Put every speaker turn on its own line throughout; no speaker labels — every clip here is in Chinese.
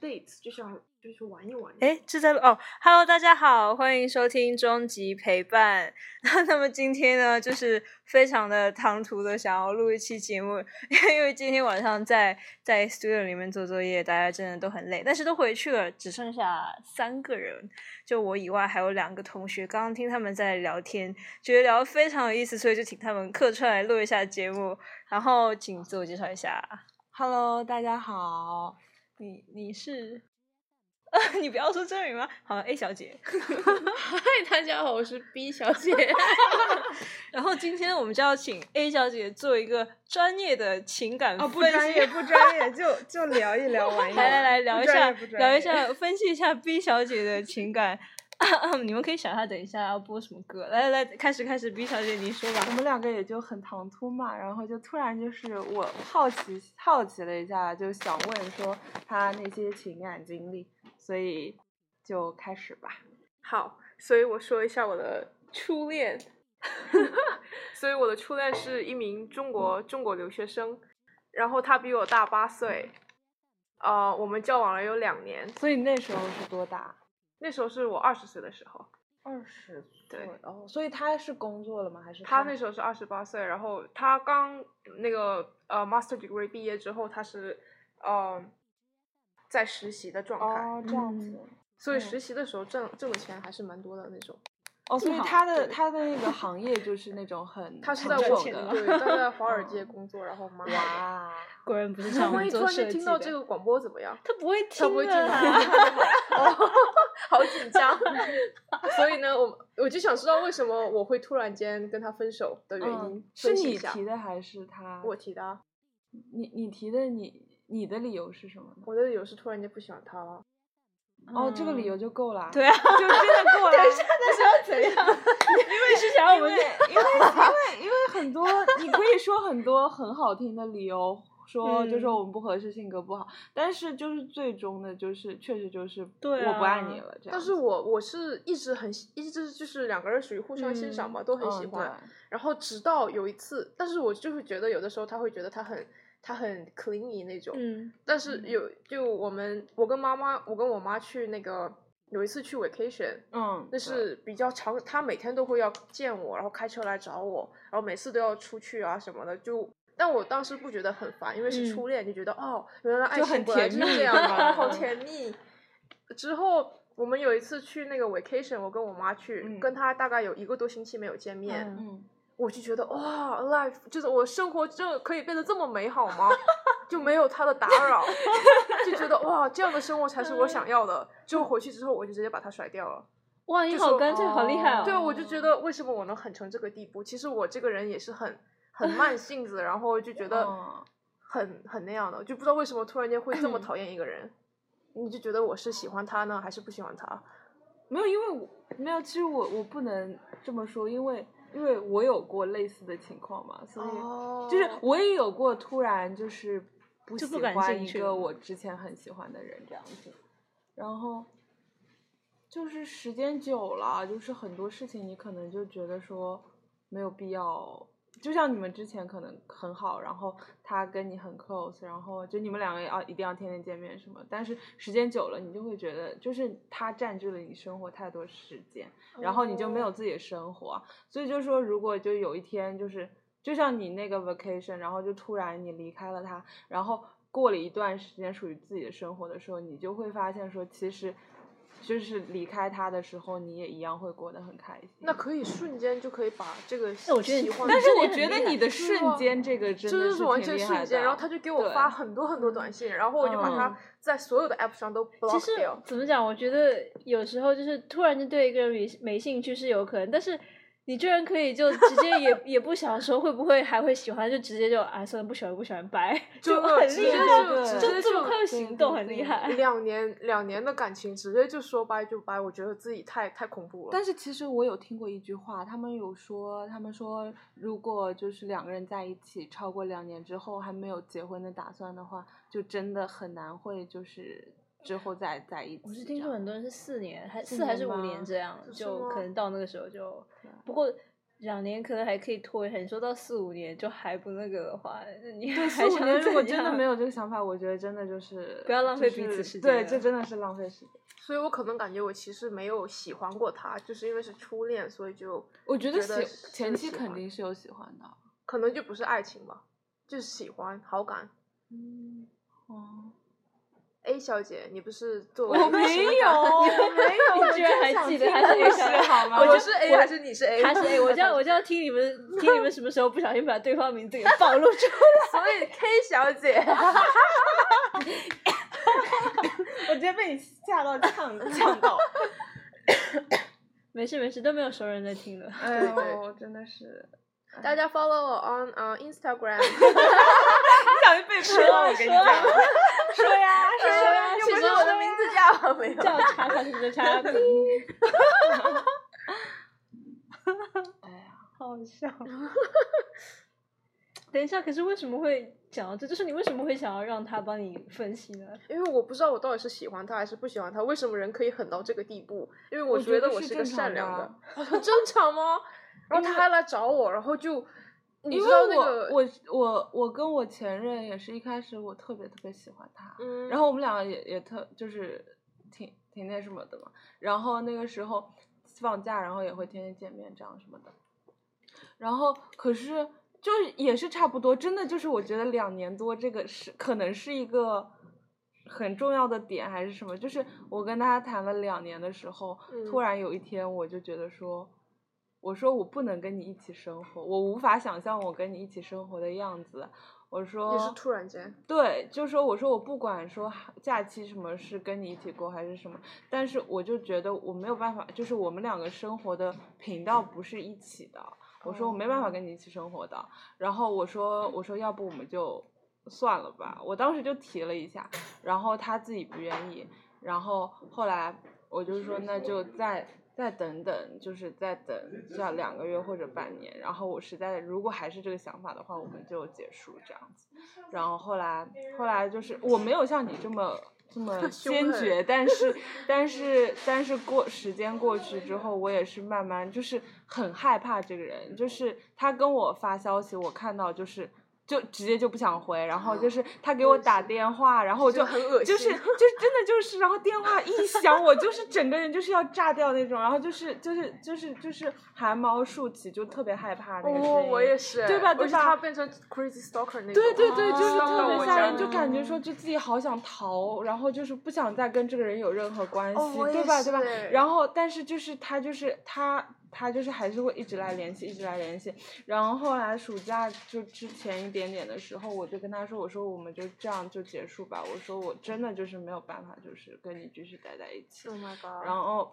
dates，就是要就是玩一玩。
哎，这在哦，Hello，大家好，欢迎收听终极陪伴。 那么今天呢，就是非常的唐突的想要录一期节目， 因为今天晚上在在 studio 里面做作业，大家真的都很累，但是都回去了，只剩下三个人，就我以外还有两个同学。刚刚听他们在聊天，觉得聊得非常有意思，所以就请他们客串来录一下节目。然后请自我介绍一下，
Hello，大家好，
你你是。 呃，你不要说真名吗？好，A 小 姐。
嗨，大家好，我是 B 小姐。
然后今天我们就要请 A 小姐做一个专业的情感
哦，不
分
专
析
业，不专业，就就聊一聊，玩一玩。
来来来，聊
不
一
专
下
业不专
聊一
业
下，分析一下 B 小姐的情感。 你们可以想一下，等一下要播什么歌。来来来，开始开始，B 小姐你说
我
吧。
们两个也就很唐突嘛，然后就突然就是我好奇好奇了一下，就想问说他那些情感经历，所以就开始吧。
好，所以我说一下我的初 恋。所以我的初恋是一名中国中国留学生，然后他比我大八岁，呃，我们交往了有两年，
所以那时候是多大？
那时候是我二十岁的时候，
二十岁
对
哦，所以他是工作了吗？还是
他那时候是二十八岁，然后他刚那个呃 master degree 毕业之后，他是呃在实习的状态，
哦这样子、
所以
嗯
实习的时候挣挣的钱还是蛮多的那种。
哦，所以
好
他的
对
他的那个行业就是那种很
他是
很
在
久
我
的哦
对，他在华尔街工作，然后蛮好的。
哇，
果然不是
他
像我
万
们
一突
做
然
设
间
计
听到这
的。
个广播怎么样？
他不会
他不会
听
听到，
的。
啊 哦
好紧张。 所以呢，我我就想知道为什么我会突然间跟他分手的原因，
嗯，是
分析一
你
下
提的还是他？
我提的啊，
你你提的你你的理由是什么呢？
我的理由是突然间不喜欢他啊了。
哦，这个理
嗯
由就够了。
对啊，
就 真的够了。
那时候怎样？你是想要我
因为
们
因为因为因为很多，你可以说很多很好听的理由，说就
嗯
说我们不合适，性格不好，但是就是最终的，就是确实就是
对
我不爱
啊
你了这样子。
但是我我是一直很喜一直就是两个人属于互相欣赏嘛，都很喜
嗯
欢。然后直到有一次，但是我就会觉得有的时候他会觉得他很他很 clingy 那种，
嗯
但是
嗯
有就我们我跟妈妈我跟我妈去那个有一次去 vacation，
对，嗯，
那是比较长，他每天都会要见我，然后开车来找我，然后每次都要出去啊什么的，就。但我当时不觉得很烦，因为是
嗯
初恋，就觉得哦，原来爱
就
情
很
果然
甜
是
蜜
这样
对吧
的，好甜蜜。之后我们有一次去那个 vacation，我跟我妈去，
嗯
跟她大概有一个多星期没有见面，
对
嗯
嗯，
我就觉得哇，life 就是我生活这可以变得这么美好吗？就没有他的打扰，就觉得哇，这样的生活才是我想要的。之后回去之后，我就直接把他甩掉了。
哇，你
就
好
说
干脆，好厉害哦！
对，我就觉得为什么我能狠成这个地步？其实我这个人也是很很慢性子，然后就觉得
嗯
很很那样的，就不知道为什么突然间会这么讨厌一个人。你就觉得我是喜欢他呢，还是不喜欢他？
没有，因为我没有，其实我我不能这么说，因为因为我有过类似的情况嘛，所以。
哦
就是我也有过突然就是不
就
喜
不感
欢
兴
一
趣嗯
个
了
我之前很喜欢的人这样子，然后就是时间久了，就是很多事情你可能就觉得说没有必要。就像你们之前可能很好，然后他跟你很 close，然后就你们两个要一定要天天见面什么，但是时间久了，你就会觉得就是他占据了你生活太多时间，然后你就
哦
没有自己的生活，所以就说，如果就有一天，就是就像你那个 vacation，然后就突然你离开了他，然后过了一段时间属于自己的生活的时候，你就会发现说，其实就是离开他的时候，你也一样会过得很开心。
那可以瞬间就可以把这个喜
那我觉得你
欢的
但是
这
哎我
点很
觉
厉
得
害
你的
是
瞬
啊
间，这个真
这
的
就是完
挺
全
厉害
瞬间，
的
然后他就给我
对
发很多很多短信，然后我就把
嗯
他在所有的 app 上都
其
block
实
哦
掉。
怎么讲？我觉得有时候就是突然就对一个人没没兴趣是有可能，但是你居然可以就直接也 也不想说会不会还会喜欢，就直接就啊算了，不喜欢不喜欢拜，就
真
哦
的
很
直
厉
接就
害，就
直
就
接
这么
就
快就
对
行
对
动，很
对
厉害。
两年两年的感情直接就说掰就掰，我觉得自己太太恐怖了。
但是其实我有听过一句话，他们有说，他们说如果就是两个人在一起超过两年之后还没有结婚的打算的话，就真的很难会就是之后再在一起。
我是听 说很多人是四年，还
四
四还
年
是五
吗
年这样，
是
就
吗
可能到那个时候就
对啊。
不过两年可能还可以拖一下，你说到四五年就还不那个的话，那你
对，
还
四
想
五年如果
怎
真的
样
没有这个想法，我觉得真的就是
不要浪费
就
彼此
是
时
对，
间
这
了
真的是浪费时间。
所以我可能感觉我其实没有喜欢过他，就是因为是初恋，所以就
我觉得
觉得
喜
是
前期
喜
肯
欢
定是有喜欢的，
可能就不是爱情吧，就是喜欢好感。
嗯，哦，
A 小姐，你不是作为
我没有，我没 有，我
居然
真
还
想
记得
听
他是
故
A
事
小姐
好吗？
我
我
是 A 还是你是 A？
他是 A，我就要我就要听你们听你们什么时候不小心把对方名字给暴露出来，
所 以 K 小姐，
我直接被你吓到呛呛 到，
没事没事，都没有熟人在听的。
哎
对对
呦，真的是，
大家 follow 我 on 呃 Instagram。
不小心被喷了，我跟你
说
讲，说呀说呀，
其
又不
实
是
我的名字叫没有。
叫查卡是不是查卡？
哎呀，
好笑。 等一下，可是为什么会讲到这？就是你为什么会想要让他帮你分析呢？
因为我不知道我到底是喜欢他还是不喜欢他，为什么人可以狠到这个地步？因为
我
我
觉
得
得
我
是
是个
正
善
常的
良
啊
的， 很正常吗？然后他还来找我，然后就，你
因
知道
为
那个，
我我我我跟我前任也是一开始我特别特别喜欢他，
嗯，
然后我们两个也也特就是挺挺那什么的嘛，然后那个时候放假，然后也会天天见面这样什么的，然后可是就是也是差不多，真的就是我觉得两年多这个是可能是一个很重要的点还是什么，就是我跟他谈了两年的时候，突
嗯
然有一天我就觉得说。我说我不能跟你一起生活，我无法想象我跟你一起生活的样子。我说
也是突然间，
对，就说我说我不管说假期什么是跟你一起过还是什么，但是我就觉得我没有办法，就是我们两个生活的频道不是一起的。我说我没办法跟你一起生活的，然后我说我说要不我们就算了吧，我当时就提了一下，然后他自己不愿意，然后后来我就说那就再再等等，就是再等这样两个月或者半年，然后我实在如果还是这个想法的话，我们就结束这样子。然后后来后来就是我没有像你这么。这么
凶
坚
狠
决，但是但是但是过时间过去之后，我也是慢慢就是很害怕这个人，就是他跟我发消息，我看到就是就直接就不想回，然后就是他给我
我也
打
是
电话，然后我
就
就
很恶
就是
心
就是真的就是，然后电话一响，我就是整个人就是要炸掉那种，然后就是就是就是就是汗毛竖起，就特别害怕那个声
哦，
音。
我也是，
对吧对
我是
吧
他变成 crazy stalker 那种，啊
对对
哦
对，就是
伤
特
到
别
我
吓
家
人，
人
就感觉说就自己好想逃，然后就是不想再跟这个人有任何关系，
哦我
对
也
吧？对吧
是？
然后但是就是他就是他他就是还是会一直来联系，一直来联系。然后后来暑假就之前一点点的时候，我就跟他说，我说我们就这样就结束吧，我说我真的就是没有办法，就是跟你继续待在一起。
，Oh my god，
然后，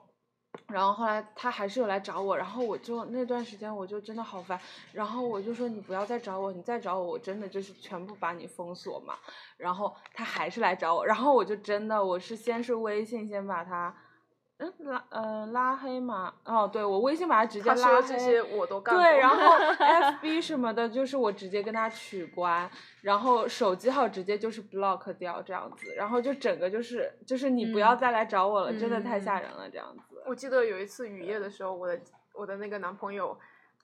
然后后来他还是有来找我，然后我就那段时间我就真的好烦，然后我就说你不要再找我，你再找我我真的就是全部把你封锁嘛。然后他还是来找我，然后我就真的我是先是微信先把他，嗯拉呃拉黑嘛，哦对我微信把他直接
他
拉
说
黑，
这些我都干过，
对，然后 FB 什么的，就是我直接跟他取关，然后手机号直接就是 block 掉这样子，然后就整个就是就是你不要
嗯
再来找我了，真的太
嗯
吓人了这样子。
我记得有一次雨夜的时候，我的我的那个男朋友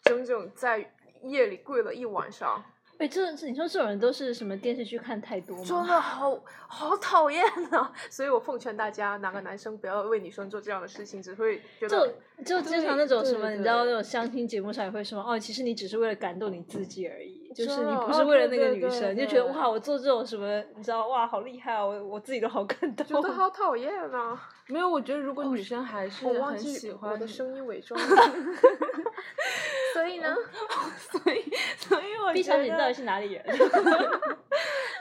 整整在夜里跪了一晚上，
哎，这这你说这种人都是什么电视剧看太多
真
吗？
的好好讨厌啊！ 所以我奉劝大家，哪个男生不要为女生做这样的事情，只会觉
就
得
就经常
对
那种什
对
么，你知
对
道那种相亲节目上也会说，哦，其实你只是为了感动你自己而已，就是你
真的
不
哦
是为了那
对
个
对
女
对
生，你就
对
觉得哇，我做这种什么，你知道哇，好厉害啊，我我自己都好感动。
觉得好讨厌 啊！
没有，我觉得如果女生还是
我忘
很喜
记
欢
我的
你
声音伪装。 所以呢，
所以所以我
毕
觉
小姐，你到底
得
是哪里人？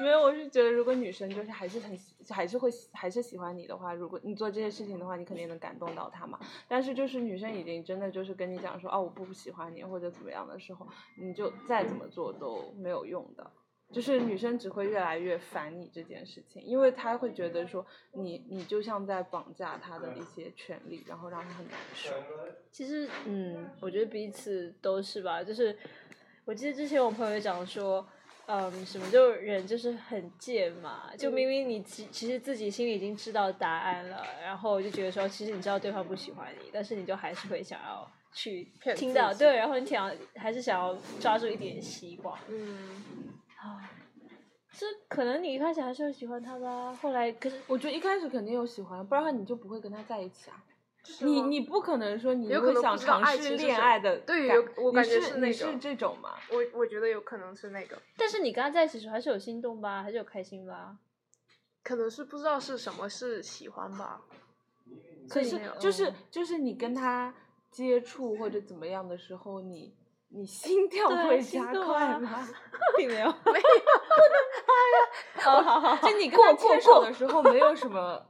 没有，我是觉得如果女生就是还是很喜还是会喜还是喜欢你的话，如果你做这些事情的话，你肯定能感动到她嘛。但是就是女生已经真的就是跟你讲说啊我不喜欢你或者怎么样的时候，你就再怎么做都没有用的。就是女生只会越来越烦你这件事情，因为她会觉得说你你就像在绑架她的一些权利，然后让她很难受。
其实，嗯，我觉得彼此都是吧。就是我记得之前我朋友讲说，嗯，什么就人就是很贱嘛，就明明你其其实自己心里已经知道答案了，然后就觉得说，其实你知道对方不喜欢你，但是你就还是会想要去
骗
听
自
到，
己
对，然后你想还是想要抓住一点希望
嗯，
啊。这可能你一开始还是会喜欢他吧，后来可是
我觉得一开始肯定有喜欢，不然你就不会跟他在一起啊。
是
你
吗
你不可能说你
有
会
可能
想
不知道
尝
爱
试
情是
恋
什
爱
么
的感，
对有我
你
感觉
是
是那
你
种
是这种吗？
我我觉得有可能是那个，
但是你跟他在一起的时候还是有心动吧，还是有开心吧？
可能是不知道是什么是喜欢 吧。
可
所以
是
没有
就是
嗯
就是你跟他接触或者怎么样的时候，你你心跳
对啊
会
心
加
动
快
啊
吗？
并没有，没有，我的妈呀！哦，好好好，
就你跟
过
他
过
牵手
过
的，时候没有什 么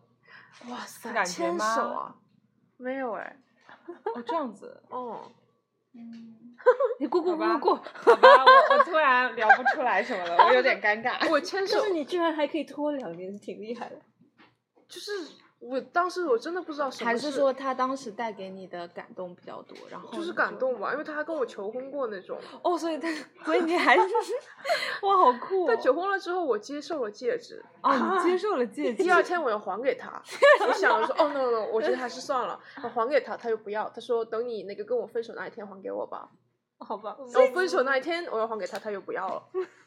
哇塞
感觉
牵
吗
手啊？没有哎、
哦这样子，
哦，
你过过
好吧
过 过过，
好吧，我我突然聊不出来什么了，我有点尴尬。
哎我牵
但
手
是你居然还可以拖两年，挺厉害的。
就是我当时我真的不知道什么
还是说他当时带给你的感动比较多，然后
就是
你
感动吧，因为他还跟我求婚过那种。
哦，所以他，所以你还 是哇，好酷、哦！
但求婚了之后，我接受了戒 指，
啊，你接受了 戒指
第，二天我要还给 他。我想着说，哦 no no，我觉得还是算了，我还给他，他又不要，他说等你那个跟我分手那一天还给我吧。
好吧，
然后分手那一天我要还给他，他又不要了，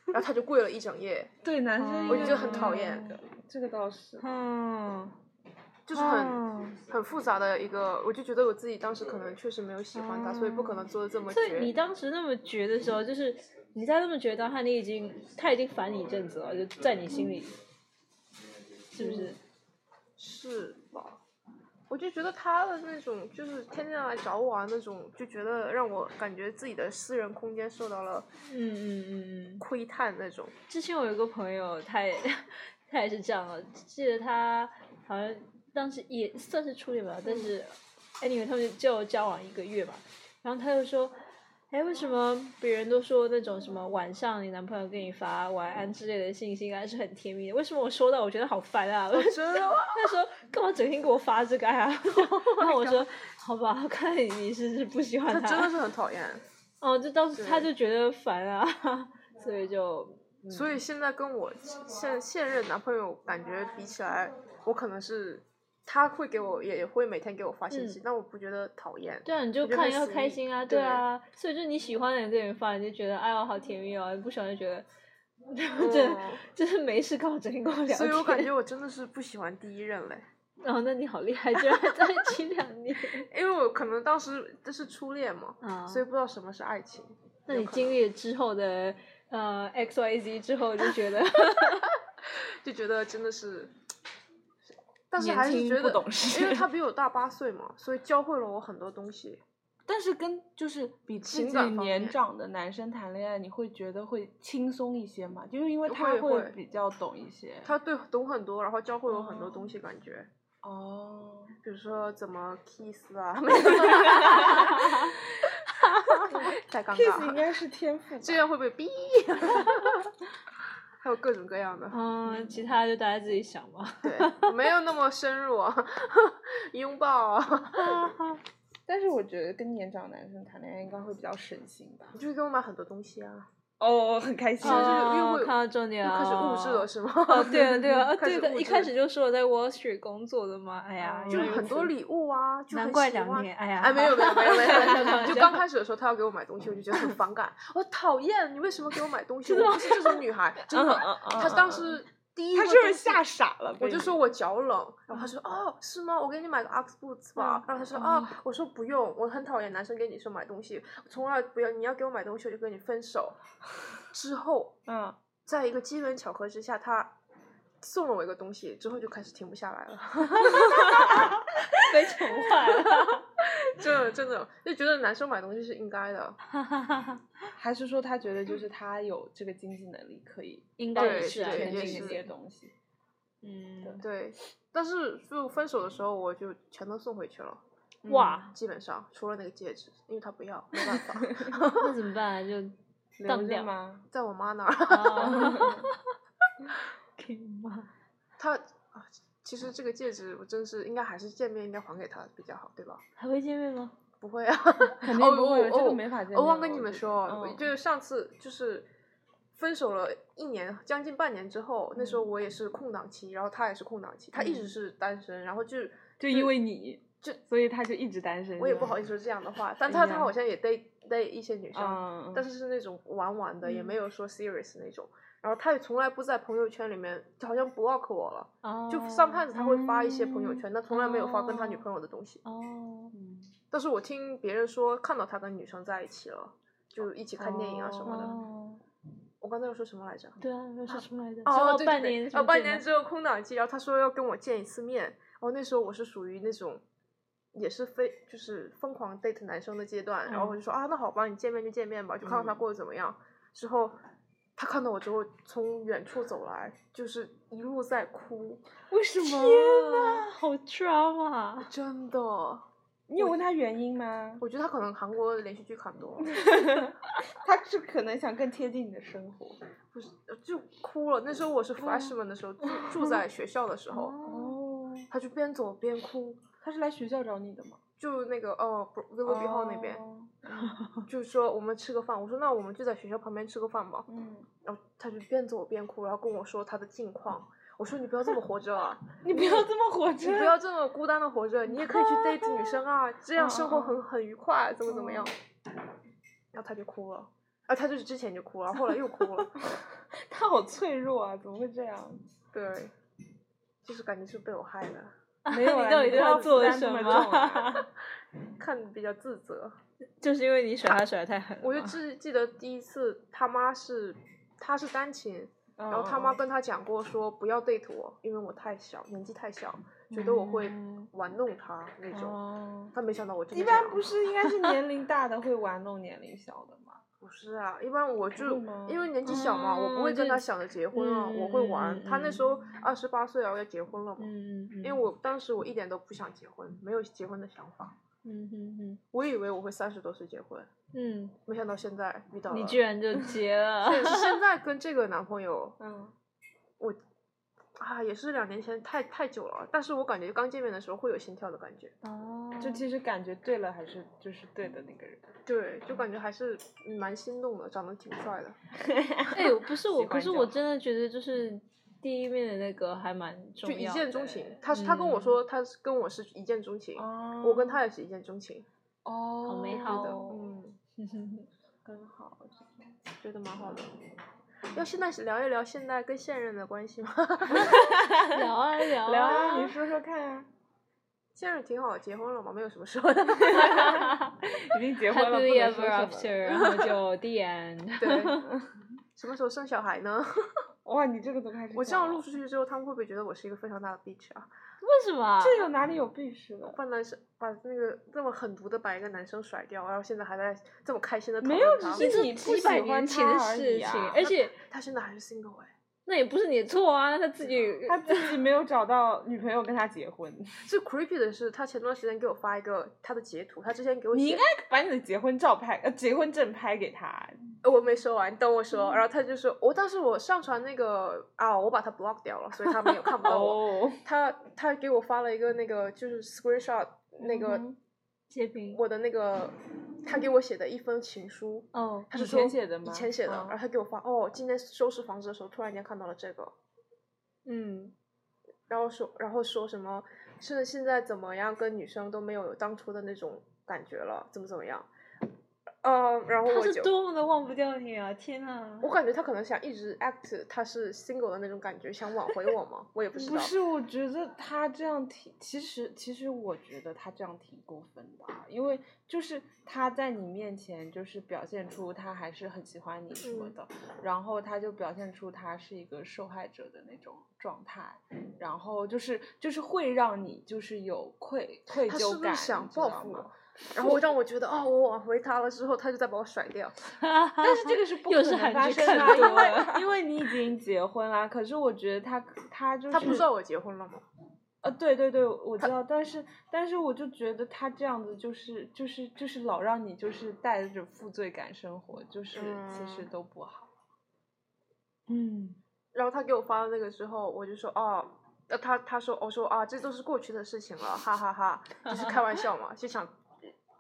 然后他就跪了一整夜，
对男生
我
也
觉得很讨厌
嗯，这个倒是。
嗯，
就是很
嗯
很复杂的一个，我就觉得我自己当时可能确实没有喜欢他，所以不可能做的这么
所以你
绝。
当时那么觉的时候，就是你在那么觉得当下，你已经他已经烦你一阵子了，就在你心里，是不是？
是吧？我就觉得他的那种，就是天天来找我啊那种，就觉得让我感觉自己的私人空间受到了
嗯嗯嗯嗯。
窥探那种。
之前我有一个朋友，他也他也是这样的，记得他好像当时也算是初恋吧，但是
嗯
anyway 他们就交往一个月吧，然后他又说。哎，为什么别人都说那种什么晚上你男朋友给你发晚安之类的信息，应该是很甜蜜的？为什么我收到我觉得好烦啊？ 我
真的
他说干嘛整天给我发这个呀、
Oh
然后我说好吧，看来你是是不喜欢
他
他。
真的是很讨厌，
哦，就当时他
对
就觉得烦啊， 所以就
所以现在跟我现现任男朋友感觉比起来，我可能是他会给我也会每天给我发信
嗯
息，但我不觉得讨厌。
对啊，你就
我觉得
看
很
要
私
开
密
心啊，
对
对啊，所以就你喜欢的人给你发，你就觉得哎呦好甜蜜哦，你不喜欢就觉得。对，就是没事干，我整天跟我聊天。
所以我感觉我真的是不喜欢第一任嘞，
哦，那你好厉害，居然还在一起两年。
因为我可能当时这是初恋嘛，
啊
所以不知道什么是爱情。
那你经历了之后的呃 X Y Z 之后，就觉得
就觉得真的是，但是
年
还是
轻
觉
不
得
懂，事
因 为他比我大八岁嘛，所以教会了我很多东西。
但是跟就是比自
情
己
感方
年
面
长的男生谈恋爱，你会觉得会轻松一些嘛？就是因为他
会
会
会
比较懂一些。
他对懂很多，然后教会我很多东西，感觉，
哦，
比如说怎么 kiss 啊， 太尴
kiss 应
尬了，
该是天赋吧。
这样会不会逼？ 还有各种各样的，
嗯，其他就大家自己想吧。
对，没有那么深入啊， 拥抱啊，
但是我觉得跟年长男生谈恋爱应该会比较省心吧。
你就会给我买很多东西啊，
哦，很开心
就
哦
是又会
看到重点
又
了，
开始物质了。是吗？
哦，对 了对了，哦
开
对
始
的，
物
一
质
开始就说我在 Wall Street 工作的嘛，哎呀，
就
原来如
很多
此，
礼物啊，就很
难怪
喜
两
欢
年，哎呀，
哎，没有没有没有没
开玩笑
有，就刚开始的时候，他要给我买东西，我就觉得很反感，我讨厌你为什么给我买东西？我不是这种女 孩，
嗯
真的。他当时第一
他
个
是不是
东西
吓傻了？
我
被
就
你
说我脚冷，然后他说哦是吗？我给你买个 Ox Boots 吧。然后他说哦，我说不用，我很讨厌男生给女生买东西，从来不要。你要给我买东西，我就跟你分手。之后
嗯，
在一个机缘巧合之下，他送了我一个东西，之后就开始停不下来了。
被宠坏了，
真的真的就觉得男生买东西是应该的，
还是说他觉得就是他有这个经济能力可以
应该
对
也是啊，
对
肯
填
也是
定
进这
的
些东西？
嗯，
对。但是就分手的时候，我就全都送回去了，嗯
哇，
基本上除了那个戒指，因为他不要，没办法，
那怎么办啊？就
留
当
着
掉
吗？
在我妈那儿。
啊，可以吗？
他啊，其实这个戒指我真是应该还是见面应该还给他比较好，对吧？
还会见面吗？
不会啊，
肯定不会
哦
这个
哦
没法见
我忘
面
跟
了
你
我
们
觉
说，
得嗯
就是上次就是分手了一年，将近半年之后，那时候我也是空档期，然后他也是空档期，他一直是单身，然后就
就因为你
就
所以他就一直单身。
我也
嗯是
不
吗
好意思说这样的话，但他他
呀
好像也 date date 一些女生，
嗯，
但
是
是是那种玩玩的，也
嗯
没有说 serious 那种。然后他也从来不在朋友圈里面，好像 block 我了。
哦
就上看着他会发一些朋友
嗯
圈，但从来没有发跟他女朋友的东西。
哦，
但是我听别人说，看到他跟女生在一起了，就一起看电影啊什么的。
哦，
我刚才又说什么来着？
对啊，那是什么来着？
哦，
之
对对
后半
对
年什
呃，
么
半
见
年
的
之后空档期，然后他说要跟我见一次面，然后那时候我是属于那种，也是非就是疯狂 date 男生的阶段，然后
嗯
我就说啊，那好吧，你见面就见面吧，就看看他过得怎么样。之后他看到我之后，从远处走来，就是一路在哭，
为什么？
啊好啊 drama，
真的，
你有问他原因吗？
我觉得他可能韩国连续剧看多了，
他是可能想更贴近你的生活。
不是就哭了。那时候
哦
我是 freshman 的时候，住住在学校的时候，
哦，
他就边走边哭。
他是来学校找你的吗？
就那个哦，不 v i l l o w b e Hall 那边，
哦
就说我们吃个饭，我说那我们就在学校旁边吃个饭吧。
嗯，
然后他就边走边哭，然后跟我说他的近况。我说你不要这么活着啊，
你不要这么活
你不
着。
要这么孤单的活着，你也可以去 date 女生啊，这样生活很很愉快，怎么怎么样。然后他就哭了，然后他就是之前就哭了，后来又哭了，
他好脆弱啊，怎么会这样？
对，就是感觉是被我害的，
没 有啊，
你到底
不
对他
要
做
负
了
担这
什
么
么
重啊
看比较自责。
就是因为你甩他甩得太狠了吗。
我就记记得第一次他妈是他是单亲，然
哦
后他
哦
妈跟他讲过说不要 date 我，因为我太小，年纪太小，觉得我会
嗯
玩弄他那种。
哦，
但没想到我真
一
的这样
般不是应该 是年龄大的会玩弄年龄小的吗？
不是啊，一般我就
会吗
因为年纪小嘛，我不会
嗯
跟他
就嗯
想着结婚啊，我会玩。他那时候二十八岁啊，要结婚了嘛。
嗯，嗯嗯，
因为我当时我一点都不想结婚，没有结婚的想法。
嗯嗯嗯
我以为我会三十多岁结婚，
嗯，
没想到现在遇到了。
你居然就 结了，
对现在跟这个男朋友
嗯，
我啊，也是两年前，太太久了。啊但是我感觉刚见面的时候会有心跳的感觉，
哦
就其实感觉对了还是就是对的那个人。
对，就感觉还是嗯蛮心动的，长得挺帅的。
哎，不是我，
喜
可
欢嗯
是
就
我
好
真的觉得就是第一面的那个还蛮重
就
要的，
一见钟情，他是他跟我
嗯
说他是跟我是一见钟情，
哦
我跟他也是一见钟情，
哦，
好美
对
好
的
哦
嗯，
很好。这种
觉得蛮好的。要现在聊一聊现在跟现任的关系吗？
聊啊聊
聊啊，你说说看啊，
现任挺好，结婚了嘛，没有什么说的。
已经结婚了，不
Happy
能
ever
说什
after，然后 就 the end。
对，什么时候生小孩呢？
么。哇，你这个都开始，
我这样录，出去之后，他们会不会觉得我是一个非常大的 bitch 啊？
为什么？
这有哪里有必须的？
把男生把那个这么狠毒的把一个男生甩掉，然后现在还在这么开心的讨
没
论
有
他，
只是
这
你不
几百
喜欢
年前的
他而
事
已
情，
啊
而且
他现在还是 single 哎，
那也不是你的错啊，那他自己
他自己没有找到女朋友跟他结婚，
最 creepy 的是他前段时间给我发一个他的截图，他之前给我
你
写
应该把你的结婚照拍，呃，结婚证拍给他。
呃我没说完，你等我说，
嗯
然后他就说我、但是我上传那个啊，我把他 block 掉了，所以他没有看不到我。
哦，
他他给我发了一个那个就是 screenshot 那个、
嗯
截屏。
我的那个他给我写的一封情书，
哦，
他
以
是说
前写的吗
以前写的，
哦
然后他给我发哦，今天收拾房子的时候突然间看到了这个，
嗯，
然后说，然后说什么，是现在怎么样，跟女生都没有当初的那种感觉了，怎么怎么样？呃，然后
他
我
是
就，
多么的忘不掉你啊！天呐，
我感觉他可能想一直 act 他是 single 的那种感觉，想挽回我吗？ 我也不知
不
道。
是，我觉得他这样挺，其实其实我觉得他这样挺过分的啊，因为就是他在你面前就是表现出他还是很喜欢你什么
嗯
的，然后他就表现出他是一个受害者的那种状态，然后就是就是会让你就是有愧愧
他是
疚
不
感，
是想
你知道
报复
吗
我？然后让我觉得，哦，我挽回他了之后，他就再把我甩掉。
但 是这个是不
又
可
是
能
韩
发
剧
生
看多
的啊，因
了
为因为你已经结婚啦。可是我觉得他他就是
他不知道我结婚了吗？
呃，对对对，我知道，但是但是我就觉得他这样子就是就是就是老让你就是带着负罪感生活，就是其实
嗯
都不好。
嗯，
然后他给我发了那个之后，我就说，哦。呃，他他说，我说啊，这都是过去的事情了，哈哈哈，就是开玩笑嘛，就想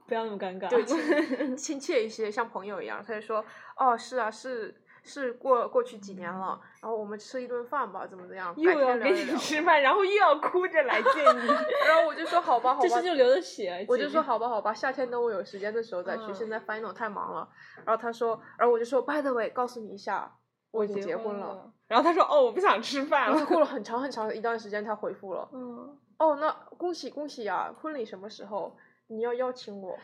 不要那么尴尬。
对，亲亲切一些，像朋友一样。他就说，哦，是啊，是是过过去几年了，然后我们吃一顿饭吧，怎么怎么样，
又
改
要
天聊
跟
一
你
聊。
吃饭，然后又要哭着来见你，
然后我就说好吧，好
这
吧，
次就流着血，啊
我就
姐
说好吧，好吧，夏天等我有时间的时候再去。
嗯
现在 final 太忙了。然后他说，然后我就说，by the way，告诉你一下， 我已经结婚了。。
然后他说：“哦，我不想吃饭
然后他
了。
过了很长很长的一段时间，他回复了”，
嗯，
哦，那恭喜恭喜啊，婚礼什么时候？你要邀请我？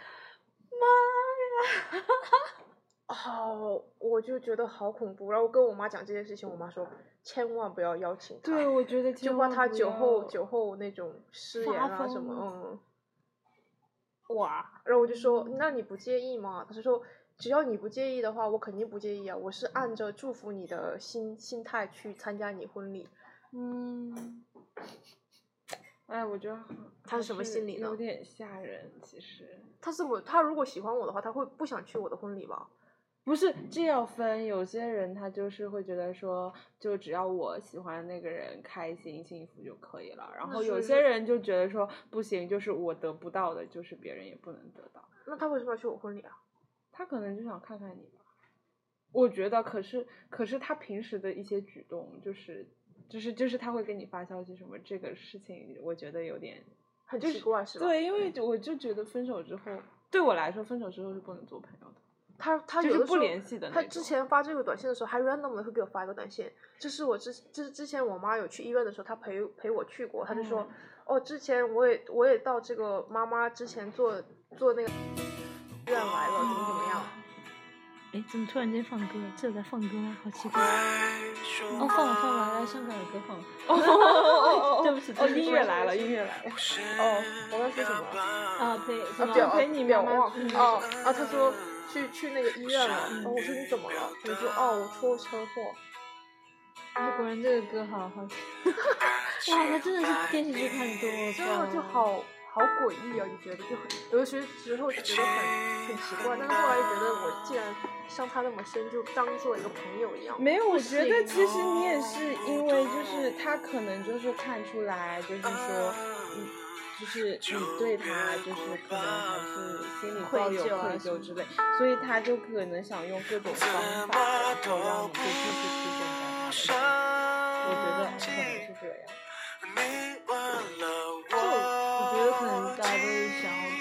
哦，我就觉得好恐怖。然后我跟我妈讲这件事情，我妈说千万不要邀请他，
对，我觉得
就
千
怕
万
他
不
酒后
要
酒后那种失
发
言啊什
疯
么，嗯。哇！然后我就说，那你不介意吗？他说，只要你不介意的话，我肯定不介意啊。我是按着祝福你的心心态去参加你婚礼。
嗯，哎，我觉得
他
还
是什么心理呢
有点吓人，其实
他是我，他如果喜欢我的话，他会不想去我的婚礼吧？
不是这要分，有些人他就是会觉得说，就只要我喜欢那个人开心幸福就可以了，然
那
后有
是
些人就觉得说不行，就是我得不到的，就是别人也不能得到，
那他为什么要去我婚礼啊？
他可能就想看看你吧。我觉得，可是可是他平时的一些举动，就是就是就是他会给你发消息什么，这个事情我觉得有点
很
就
奇怪是吧？，
对，因为就我就觉得分手之后，对我来说，分手之后是不能做朋友的，
他他
就
有
是
的
不
时候
联系的那
他
种。
之前发这个短信的时候，还 random 的会给我发一个短信。这是我之，这是之前我妈有去医院的时候，她陪陪我去过，她就
嗯
说，哦，之前我也我也到这个妈妈之前做做那个医院来了，怎么怎么
哦
样？
哎，怎么突然间放歌？这有在放歌吗？好奇怪。哦，
哦，
放了放了，来香港有歌放了。
哦 哦哦哦，
对不起
哦
对不起
音乐来了，音乐来了。
哦，我刚说什么？
啊，对，是
啊
吗
表
哦陪你妈
表
妈
望
去嗯那
哦
个
啊，她说去去那个医院了，然后我说你怎么了？你说哦，我出了车祸。
哎果然这个歌好好听。哇，那真的是电视剧看多了，
真的就好好诡异啊！你觉得就很，有的时候时候就觉得很很奇怪，但是后来又觉得我既然伤他那么深，就当做一个朋友一样。
没有，我觉得
行哦
其实你也是因为就是他可能就是看出来，就是说，嗯，就是你对他就是可能还是心里
愧
抱有
疚啊
愧
什么
疚之类，所以他就可能想用各种方法，然后让你就继续出现在他的生活。我觉得可能是这样。
就我觉得可能大家都是想要被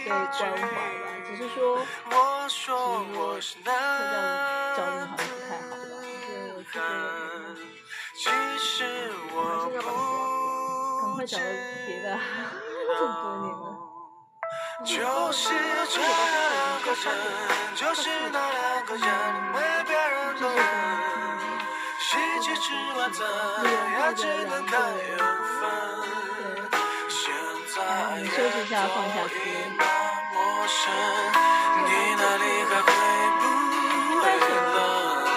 关怀吧，只是说，
我说我是
大
男
家
人
找你好像不太好吧，就是我觉得
其实我不
赶快找到别 的，嗯这么多年了。
就是这两个人，就是那两个人，为别人动人。
嗯
喜剧之外，怎样只能看缘分？现在一把陌生，你那里还会不会冷？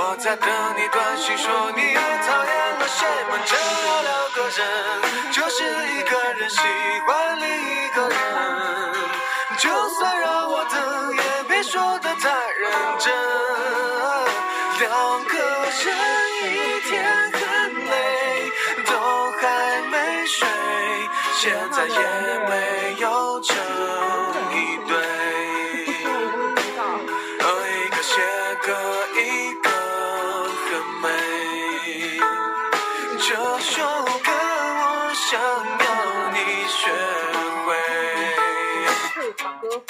我在等你短信说你讨厌了谁吗？只有两个人，就是一个人喜欢另一个人，就算让我等，也别说的太认真。两个人一天很累，都还没睡，现在也没有成一对。而一个写歌，一个很美。这首歌我想要你学会。
会把歌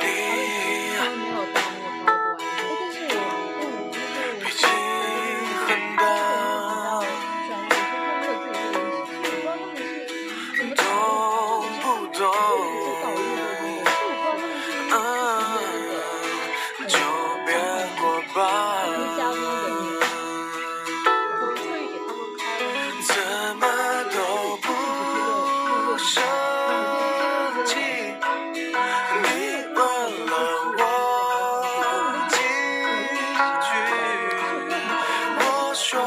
你
没有当我高管，哎，但是我嗯，就是
脾气很大，懂不懂？嗯，就别过吧。
可能特意给他们开了。
怎么都不生气，你问了我几句，我说我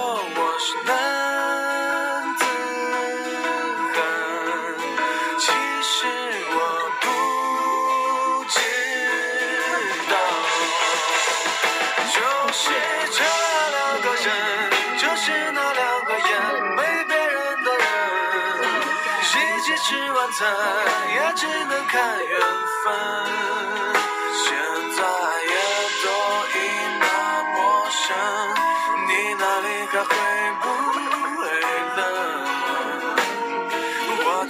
是男子汉，其实我不知道。就是这两个人，就是那两个眼没别人的人，一起吃晚餐也只能看缘分。现在也都已那么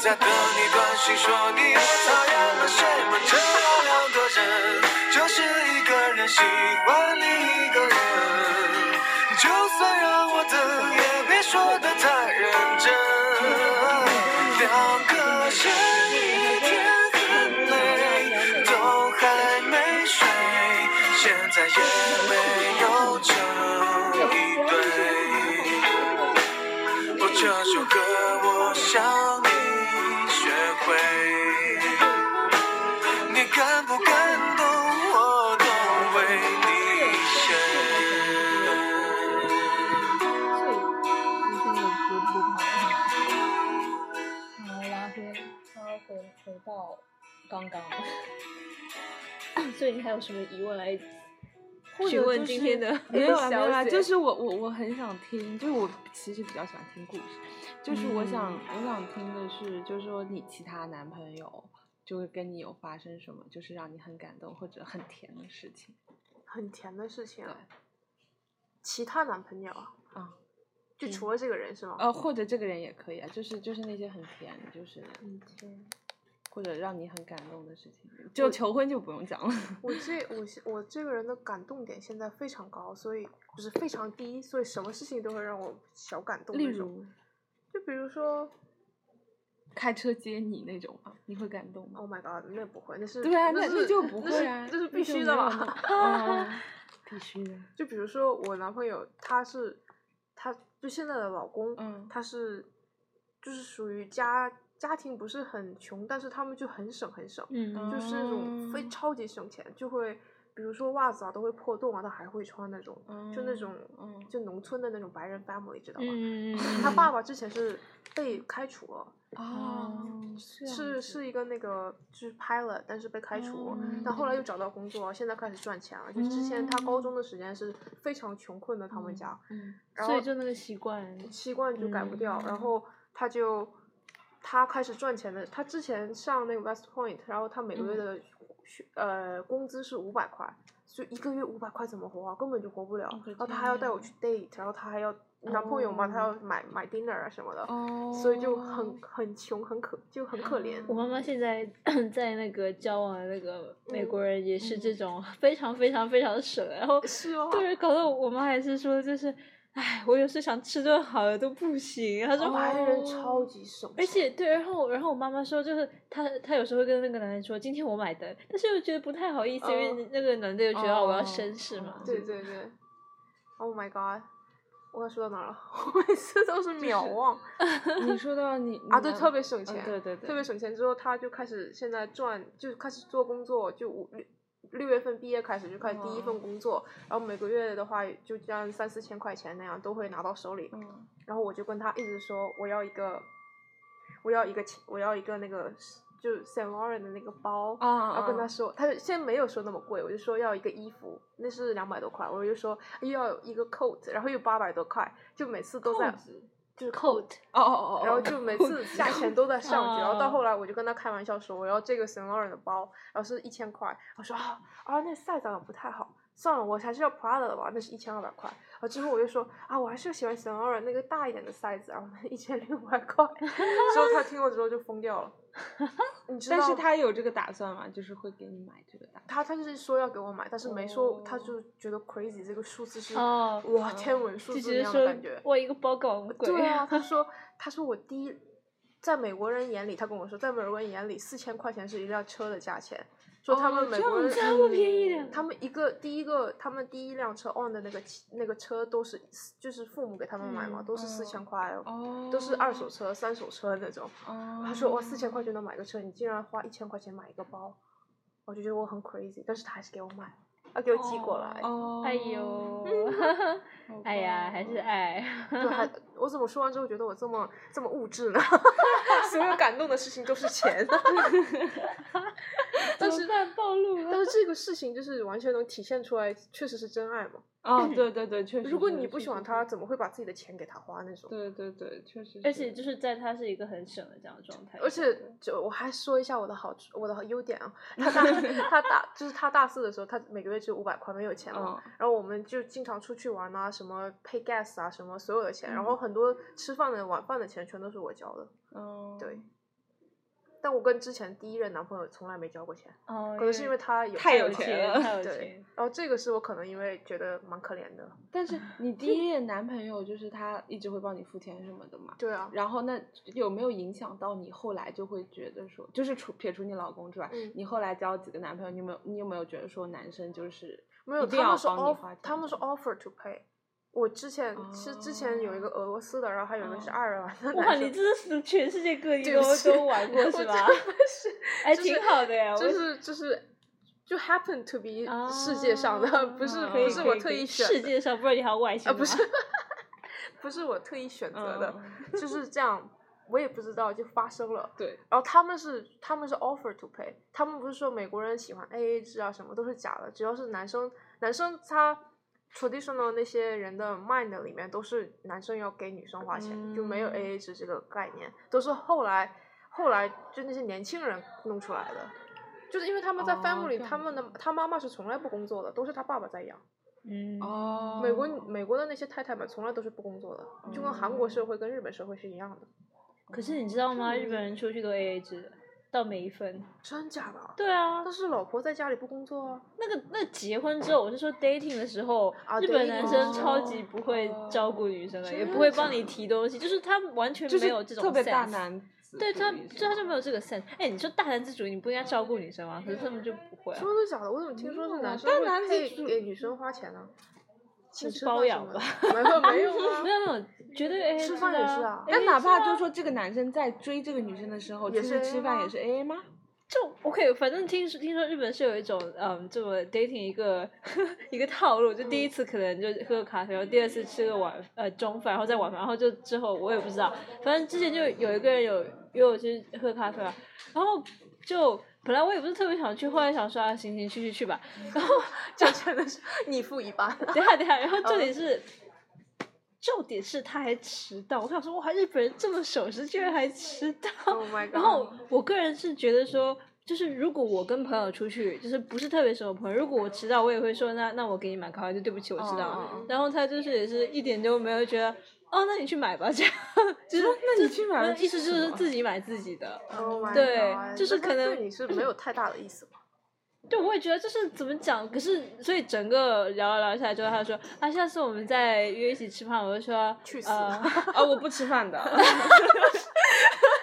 跟你短信说你又讨厌了什么？这样两个人，就是一个人喜欢另一个人。就算让我等，也别说的太认真。两个人一天很累，都还没睡，现在也没有这一对。哦，这首歌我想你学会，你感不感动我都为你写。
好，拉回拉回回到刚 刚，所以你还有什么疑问来？
或
询
者
问
就
今
是
天 的
没有啦，啊没有啦，
小姐
就是我我我很想听，就是我其实比较喜欢听故事，就是我想、我想听的是，就是说你其他男朋友就是跟你有发生什么，就是让你很感动或者很甜的事情。
很甜的事情啊
对。
其他男朋友啊？
啊
就除了这个人是吗？
呃，或者这个人也可以啊，就是就是那些很甜，就是或者让你很感动的事情，就求婚就不用讲了。
我这我是我这个人的感动点现在非常高，所以就是非常低，所以什么事情都会让我小感 动。
例，如
就比如说
开车接你那种嘛，你会感动吗？
，Oh my God，那不会，那是
对啊，
那
那
是
就不
那
会
是
啊，
这是
那
必
就
须
没
的
有
嘛。
那嗯必须的。
就比如说我男朋友，他是他就现在的老公，
嗯
他是就是属于家家庭不是很穷，但是他们就很省很省，
嗯
就是那种非
哦
超级省钱，就会比如说袜子啊都会破洞啊，他还会穿那种，就那
嗯
种、
嗯
就农村的那种白人 family 知道吧？
嗯
他爸爸之前是被开除了，
啊，这样
是
子
是一个那个就是拍了，但是被开除，但后来又找到工作，现在开始赚钱了。就之前他高中的时间是非常穷困的，他们家，
哦
嗯
然
嗯所
后
以就那个习惯，
习惯就改不掉，然后他就他开始赚钱的，他之前上那个 West Point，然后他每个月的学、呃工资是五百块，就一个月五百块怎么活啊？根本就活不了。然后他还要带我去 date，然后他还要男朋友嘛，他要买买 dinner 啊什么的。
哦，
所以就很很穷，很可就很可怜。
我妈妈现在 在那个交往的那个
嗯
美国人也是这种非常非常非常省，然后
是哦，
对，搞得我妈还是说就是，哎，我有时想吃顿好的都不行。
哦
她说，
白人超级省，
而且对，然后然后我妈妈说，就是她她有时候会跟那个男人说，今天我买单，但是又觉得不太好意思，因为
哦
那个男的又觉得、哦我要
哦
绅士嘛。
哦
对对对，Oh my god，我刚说到哪儿了？ 我每次都是秒忘
你说到你
啊，对，特
别
别省钱，
对对对，
特别省钱之后，他就开始现在赚，就开始做工作，就五六六月份毕业开始就开始第一份工作，然后每个月的话就这样三四千块钱那样都会拿到手里，
嗯
然后我就跟他一直说我要一个，我要一个钱，我要一个那个就 Saint Laurent 的那个包，
啊，
然后跟他
啊
说，他就现在没有说那么贵，我就说要一个衣服，那是两百多块，我就说要一个 coat，然后又八百多块，就每次都在就是嗯 coat，
哦哦哦，
然后 就每次价钱都在上去，然后到
哦
啊
后来我就跟他开玩笑说我要这个 Saint Laurent 的包，然后是一千块，我说啊啊那 size 长得不太好，算了，我还是要 Prada 的吧，那是一千二百块，然后之后我就说啊我还是喜欢 Saint Laurent 那个大一点的 size，然后那 一千六百 块，之后他听了之后就疯掉了，你知道
但是他有这个打算嘛，就是会给你买这个打
他他就是说要给我买，但是没说，他
哦
就觉得 crazy 这个数字是、
哦，
哇天文数
就
字那
觉得
样的
说
感觉。
哇一个包搞那么贵。
对啊，他说他说我第一，在美国人眼里，他跟我说，在美国人眼里四千块钱是一辆车的价钱，说他们美
这
国
样
人、
这么便宜的
他们一个第一个他们第一辆车 on 的那个汽那个车都是就是父母给他们买嘛，
嗯
都是
嗯
四千块哦，
哦，
都是二手，车、三手车那种。
哦、
他说哇，四千块就能买个车，你竟然花一千块钱买一个包，我就觉得我很 crazy，但是他还是给我买了，他给我寄过来。
哦，
哎呦，
哦
好吧，
哎呀，还是爱。
对， 还我怎么说完之后觉得我这么这么物质呢？ 所有感动的事情都是 钱。但是
半暴露
但是这个事情就是完全能体现出来，确实是真爱嘛。
啊、对对 对，确实，
如果
确
你
实
不喜
是
欢
这
他，
样，
怎么会把自己的钱给他花那种？
对对对，确实，
而且就是在他是一个很省的这样的状态下，
而且就我还说一下我的好处，我的优点 啊，他大他大就是他大四的时候，他每个月只有五百块，没有钱嘛。
嗯
然后我们就经常出去玩啊，什么 pay gas 啊，
嗯
什么所有的钱，然后很多吃饭的晚饭的钱全都是我交的。
嗯，
对，但我跟之前第一任男朋友从来没交过钱，
哦，
可能是因为他有
太有
钱
钱
了
了太有
对
钱
然后这个是我可能因为觉得蛮可怜的。
但是你第一任男朋友就是他一直会帮你付钱什么的嘛？
对啊，
然后那有没有影响到你后来就会觉得说，就是除撇除你老公之外，
嗯
你后来交几个男朋友，你有没有你有没有觉得说男生就是
没有，
一定
他
要
们是
帮你
off，
花钱？
他们是哦 offer to pay。我之前是之前有一个
哦
俄罗斯的，然后还有一个是
哦
爱尔兰的
哇，
男生，
你这是全世界各地
对不
都
起
都玩过
我
是
真
吧？
的是
哎，
就是
挺好的呀，我
就是就是就 happen to be
啊
世界上的， 不是
可以
不是
哦可
我
以
特
可
意
以
选
世
的
界上不然你还有外星
啊，不
吗
是 不是我特意选择的，
嗯
就是这样，我也不知道就发生了。
对，
然后他们是他们是 offer to pay，他们不是说美国人喜欢 AA 制啊什么都是假的，只要是男生男生他 traditional 那些人的 mind 里面都是男生要给女生花钱，就没有
嗯
AA 制这个概念，都是后来后来就那些年轻人弄出来的。就是因为他们在
哦
family，、
这
他
样
们的他妈妈是从来不工作的，都是他爸爸在养。
嗯，
哦，
美国美国的那些太太们从来都是不工作的，
哦
就跟韩国社会跟日本社会是一样的。
可是你知道吗？
这
日本人出去都 A A 制的，到每一分。
真假的？
对啊，
但是老婆在家里不工作啊。
那个那结婚之后，我是说 dating 的时候，
啊
日本男生
，dating
超级不会照顾女生的，
哦真
也
的
不会
假
帮你提东西，就是他完全
就是
没有这种
特别大
sense
男子主
对
义
他
什么的，，
就他就没有这个 sense。哎，你说大男子主义，你不应该照顾女生吗？可是他们就不会、啊
真，的假的？我怎么听说是
啊
男生
但
会
男子
配
主
给女生花钱呢？请
是
吃饭
包
什
养
么
吧
的？没有没有啊
没
吗？
有没有，绝对 A A
吃饭也是啊
那哪怕就说这个男生在追这个女生的时候，
也
出
是
去
AA
吃饭
吗
也是 AA 吗？
就 OK，反正听说听说日本是有一种嗯，这么 dating 一个 一个套路，就第一次可能就喝个咖啡，然后第二次吃个晚呃中饭，然后再晚饭，然后就之后我也不知道，反正之前就有一个人有约我去喝咖啡嘛，啊然后就本来我也不是特别想去，后来想说啊，行行去去去吧，然后
就真的是你付一半。
等一下等一下，然后重点是。重点是他还迟到，我想说哇，日本人这么守时，居然还迟到。
Oh my god！
然后我个人是觉得说，就是如果我跟朋友出去，就是不是特别熟的朋友，如果我迟到，我也会说那那我给你买咖啡，就对不起，我迟到了。
嗯嗯嗯
然后他就是也是一点都没有觉得，哦，那你去买吧，这样就是
哦那你去买吧
嗯意思就
这是什
是
么
自己买自己的。
Oh my
对
god！
就是
那他
可能
对你是没有太大的意思吧？
对，我也觉得就是怎么讲，可是所以整个聊聊聊下来之后，他就说啊，下次我们再约一起吃饭，我就说
去死
呃
啊，我不吃饭的。啊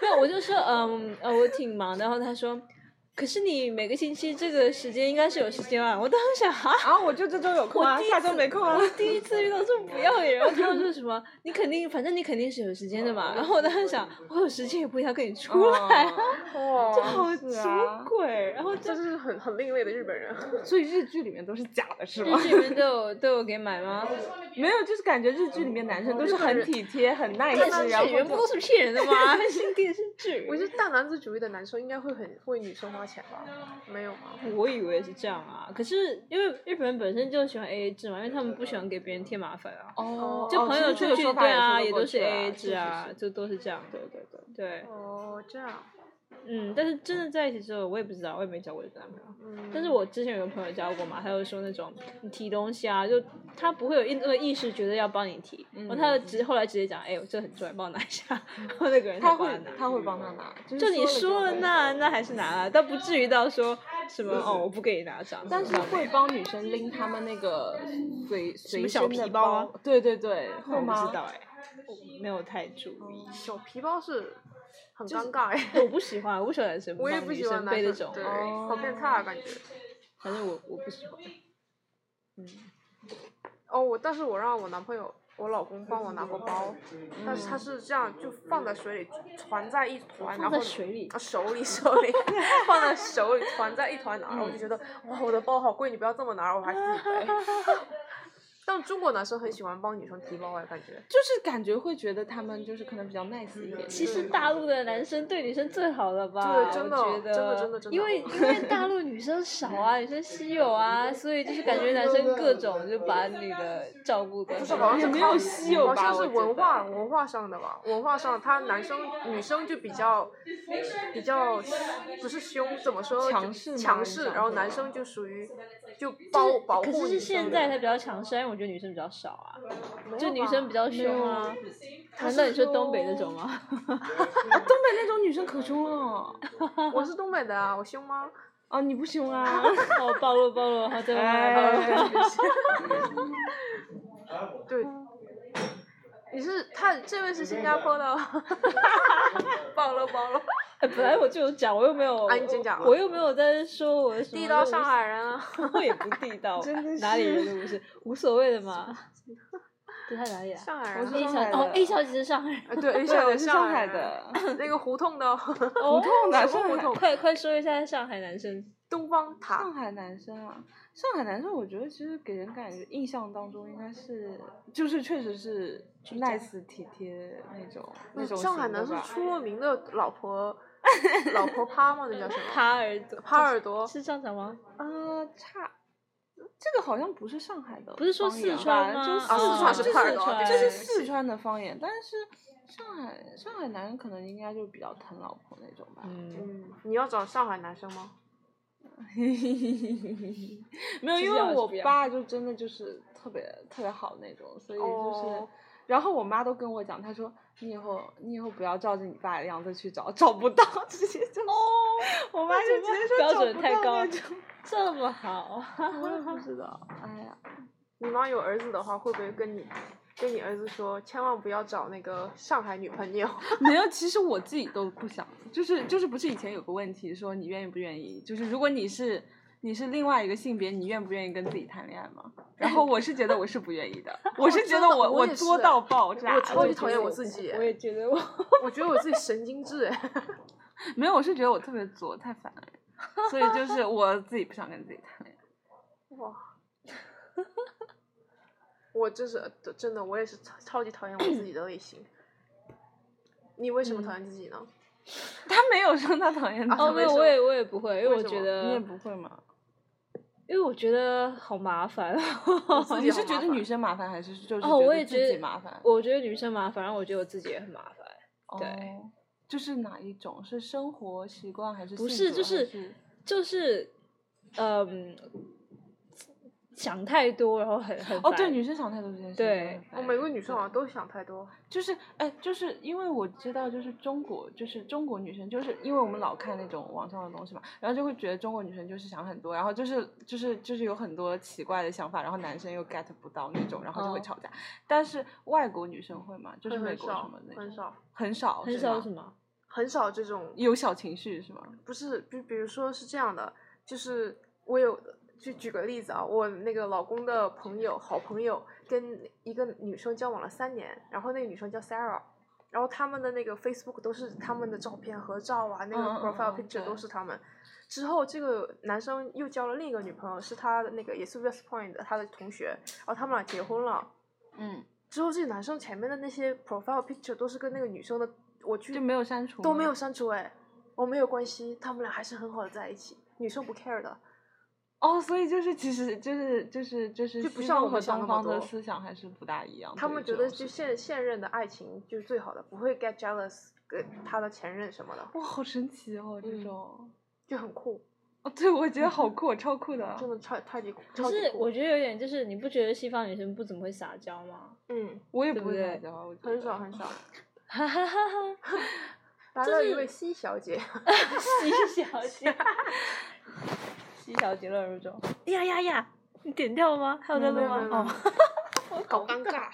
没有，我就说嗯呃，我挺忙的。然后他说，可是你每个星期这个时间应该是有时间啊。我当时想啊，
然后我就这周有空啊，
第一
下周没空啊。
我第一次遇到这么不要脸，然后他们说什么，你肯定反正你肯定是有时间的嘛。然后我当时想，我有时间也不一定要跟你出来啊，
哇
这好
哦是
什
啊
么鬼？然后
这
就
是很很另类的日本 人。
所以日剧里面都是假的，是吗
日？剧里面都有都有给买吗？
没有，就是感觉日剧里面男生都是很体贴、很 nice，
电视
然后
剧原不
就
都是骗人的 吗？还是电视剧？
我觉得大男子主义的男生应该会很为女生花钱吧？没有吗？
我以为是这样啊，可是因为日本人本身就喜欢 AA 制嘛，因为他们不喜欢给别人添麻烦啊。
哦
就朋友出去，对啊，也都是 AA 制。
哦
啊，
其实这个说法也说得过去是是是
就都是这样的。
对对对，
对，
哦，这样，
嗯，但是真的在一起之后，我也不知道，我也没交过这个男朋友。
嗯，
但是我之前有个朋友交过嘛，他就说那种你提东西啊，就他不会有一那个意识，觉得要帮你提，然后他就直后来直接讲，哎，我这很重要， 帮我拿一下，然后那个人才
他
帮
会
拿。
他会帮他拿，就
啊就是你说
了
了
就
那那还是拿了，但不至于到说什么哦，我不给你拿这样子。
但是会帮女生拎他们那个随随
么小
身的
皮包啊
对对对，
我
会
不
吗？
知道哎，我没有太注意。
小皮包是很尴尬哎。
我不喜欢，我不喜欢男生
我也
帮
不
女
喜欢
生背
男
那
生，
种，
对，
哦
好变态啊，感觉。
反正我我不喜欢。
哦，我但是我让我男朋友，我老公帮我拿过包，但是他是这样就放在水里团在一团，然
嗯放在
后
水里
啊，手里 手里放在手里团在一团拿，然后我就觉得
嗯
哇，我的包好贵，你不要这么拿，我还自己背。 但中国男生很喜欢帮女生提包哎，感觉
就是感觉会觉得他们就是可能比较 nice 一点。
嗯其实大陆的男生对女生最好了吧？
嗯对真的
我觉得
真的真的真的
因为因为大陆女生少啊，女生稀有啊，所以就是感觉男生各种就把你的照顾的。
不是好像
也
是
没
靠
有稀有
好
吧
像
我
是
觉得
文化文化上的吧，文化上他男生女生就比较比较不是凶，怎么说就
强势吗
强
你
势，
想
然后
说
男生就属于就保保
可
护
是
女
是
生
现
的
在才比较强势，因为我觉得女生比较少啊，
没有
就女
吧
生比较
没有
凶啊。
他
难道
是
你说东北那
说
种吗？
啊，东北那种女生可凶了
我是东北的啊，我凶 吗？
啊！你不凶 啊？
哦，暴露暴露，好的，
哎
对，你是他这位是新加坡 的哦，暴露暴露，
哎本来我就有讲，我又没有，
啊你真讲了
我又没有在说我什么
地道
路
上海人啊，
我也不地 道，
真的
哪里
是
人都不是，无所谓的嘛。 对，他哪里啊？
上海
我
人
是
啊。
上海
哦
的
，A 小姐是上海人。
啊对，
对，
而且
我
我
是上
啊
海，的，
那个胡同的哦
哦，
痛的
什么
上
胡
海
同
快快说一下上海男生。
东方塔
上海男生啊，上海男生，我觉得其实给人感觉印象当中应该是，就是确实是 nice 体贴那种那种
嗯上海
型的
男生
吧
出了名的老 婆老婆趴吗？那叫什么？
耙耳朵，
耙耳朵
是这样讲吗？
啊，差，这个好像不是上海的方言吧，
不是说四川吗
就是
啊
四川是
就是
帕尔多对
对
这是四川的方言，但是上海上海男人可能应该就比较疼老婆那种吧。
嗯，
嗯，你要找上海男生吗？
是这样
没有，因为我
是这样
爸就真的就是特别特别好那种，所以就是，
哦
然后我妈都跟我讲，她说你以后你以后不要照着你爸的样子去找，找不到 直接就哦，我妈就直接说
标
找
准
不
太
到
高
那种，
这么 好，
我也不知道，哎呀，
你妈有儿子的话，会不会跟你跟你儿子说，千万不要找那个上海女朋友？
没有，其实我自己都不想，就是就是不是以前有个问题说你愿意不愿意，就是如果你是你是另外一个性别，你愿不愿意跟自己谈恋爱吗？然后我是觉得我是不愿意的， 我是觉得
我
我
我也是
作到爆炸，
我超级
就
讨
觉
厌
得
我自己
我，也觉得
啊
我
我觉得我自己神经质哎。
没有，我是觉得我特别作，太烦了，所以 就是我自己不想跟自己谈恋爱。
哇， 我这是真的，我也是超超级讨厌我自己的类型。你为什么讨厌自己
嗯
呢？
他没有说他讨厌自己，
哦，没
为什
有，
么
我也我也不会，因为
为
我
什
觉
么
你
得，
也不会吗？
因为我觉得好麻烦。啊
自己
哦 你
好
是
麻
觉得
烦
女生麻烦，还是就是
哦，我也
自
觉
己
得
麻烦？
我觉得女生麻烦，然后我觉得我自己也很麻烦。对
哦，就是哪一种？是生活习惯还是
不
性
是，
格
就
还
是就是，嗯，想太多，然后很很
哦，对，
烦
女生想太多这件事情真的
对
很烦。
哦，每个女生好像都想太多。
就是哎，就是因为我知道，就是中国，就是中国女生，就是因为我们老看那种网上的东西嘛，然后就会觉得中国女生就是想很多，然后就是就是就是有很多奇怪的想法，然后男生又 get 不到那种，然后就会
哦
吵架。但是外国女生会嘛，就是
嗯会
美
很
国什
少
么的，，
很少，
很少，
很
是
少
吗
什么
很少这种
有小情绪是吗？嗯
不是，比比如说是这样的，就是我有，就举个例子啊，我那个老公的朋友，好朋友跟一个女生交往了三年，然后那个女生叫 Sarah，然后他们的那个 Facebook 都是他们的照片、合照啊，那个
嗯嗯嗯
profile
嗯
picture 都
对
是他们。之后，这个男生又交了另一个女朋友，是他的那个也是 West Point 的他的同学，然后他们俩结婚了。
嗯，
之后，这个男生前面的那些 profile picture 都是跟那个女生的，我去
就没有删除
都
吗
没有删除哎，我没有关系，他们俩还是很好的在一起，女生不 care 的。
哦，所以就是其实就是就是就是
就不
西
像
方
我
和
们想
东
那么
方的
多
思想还是不大一样。
他
对于
们
这
觉得
种
就
事
现现任的爱情就是最好的，不会 get jealous 跟他的前任什么的，
哇，好神奇哦，这
嗯
种
就很酷，
哦，对我觉得好酷，超酷的。
嗯真的超超级酷。
可
超级
是
酷
我觉得有点就是，你不觉得西方女生不怎么会撒娇吗？
嗯，
我也
对
不
不
会撒
对
娇，我觉
很
得
少很 少。
哈哈哈哈。
来
就
了一
是
位 C 小 姐，
西小姐，西小姐乱入中。呀呀呀！你点掉了吗？还有在录吗？
没有没有没有
哦，
嗯 好尴尬，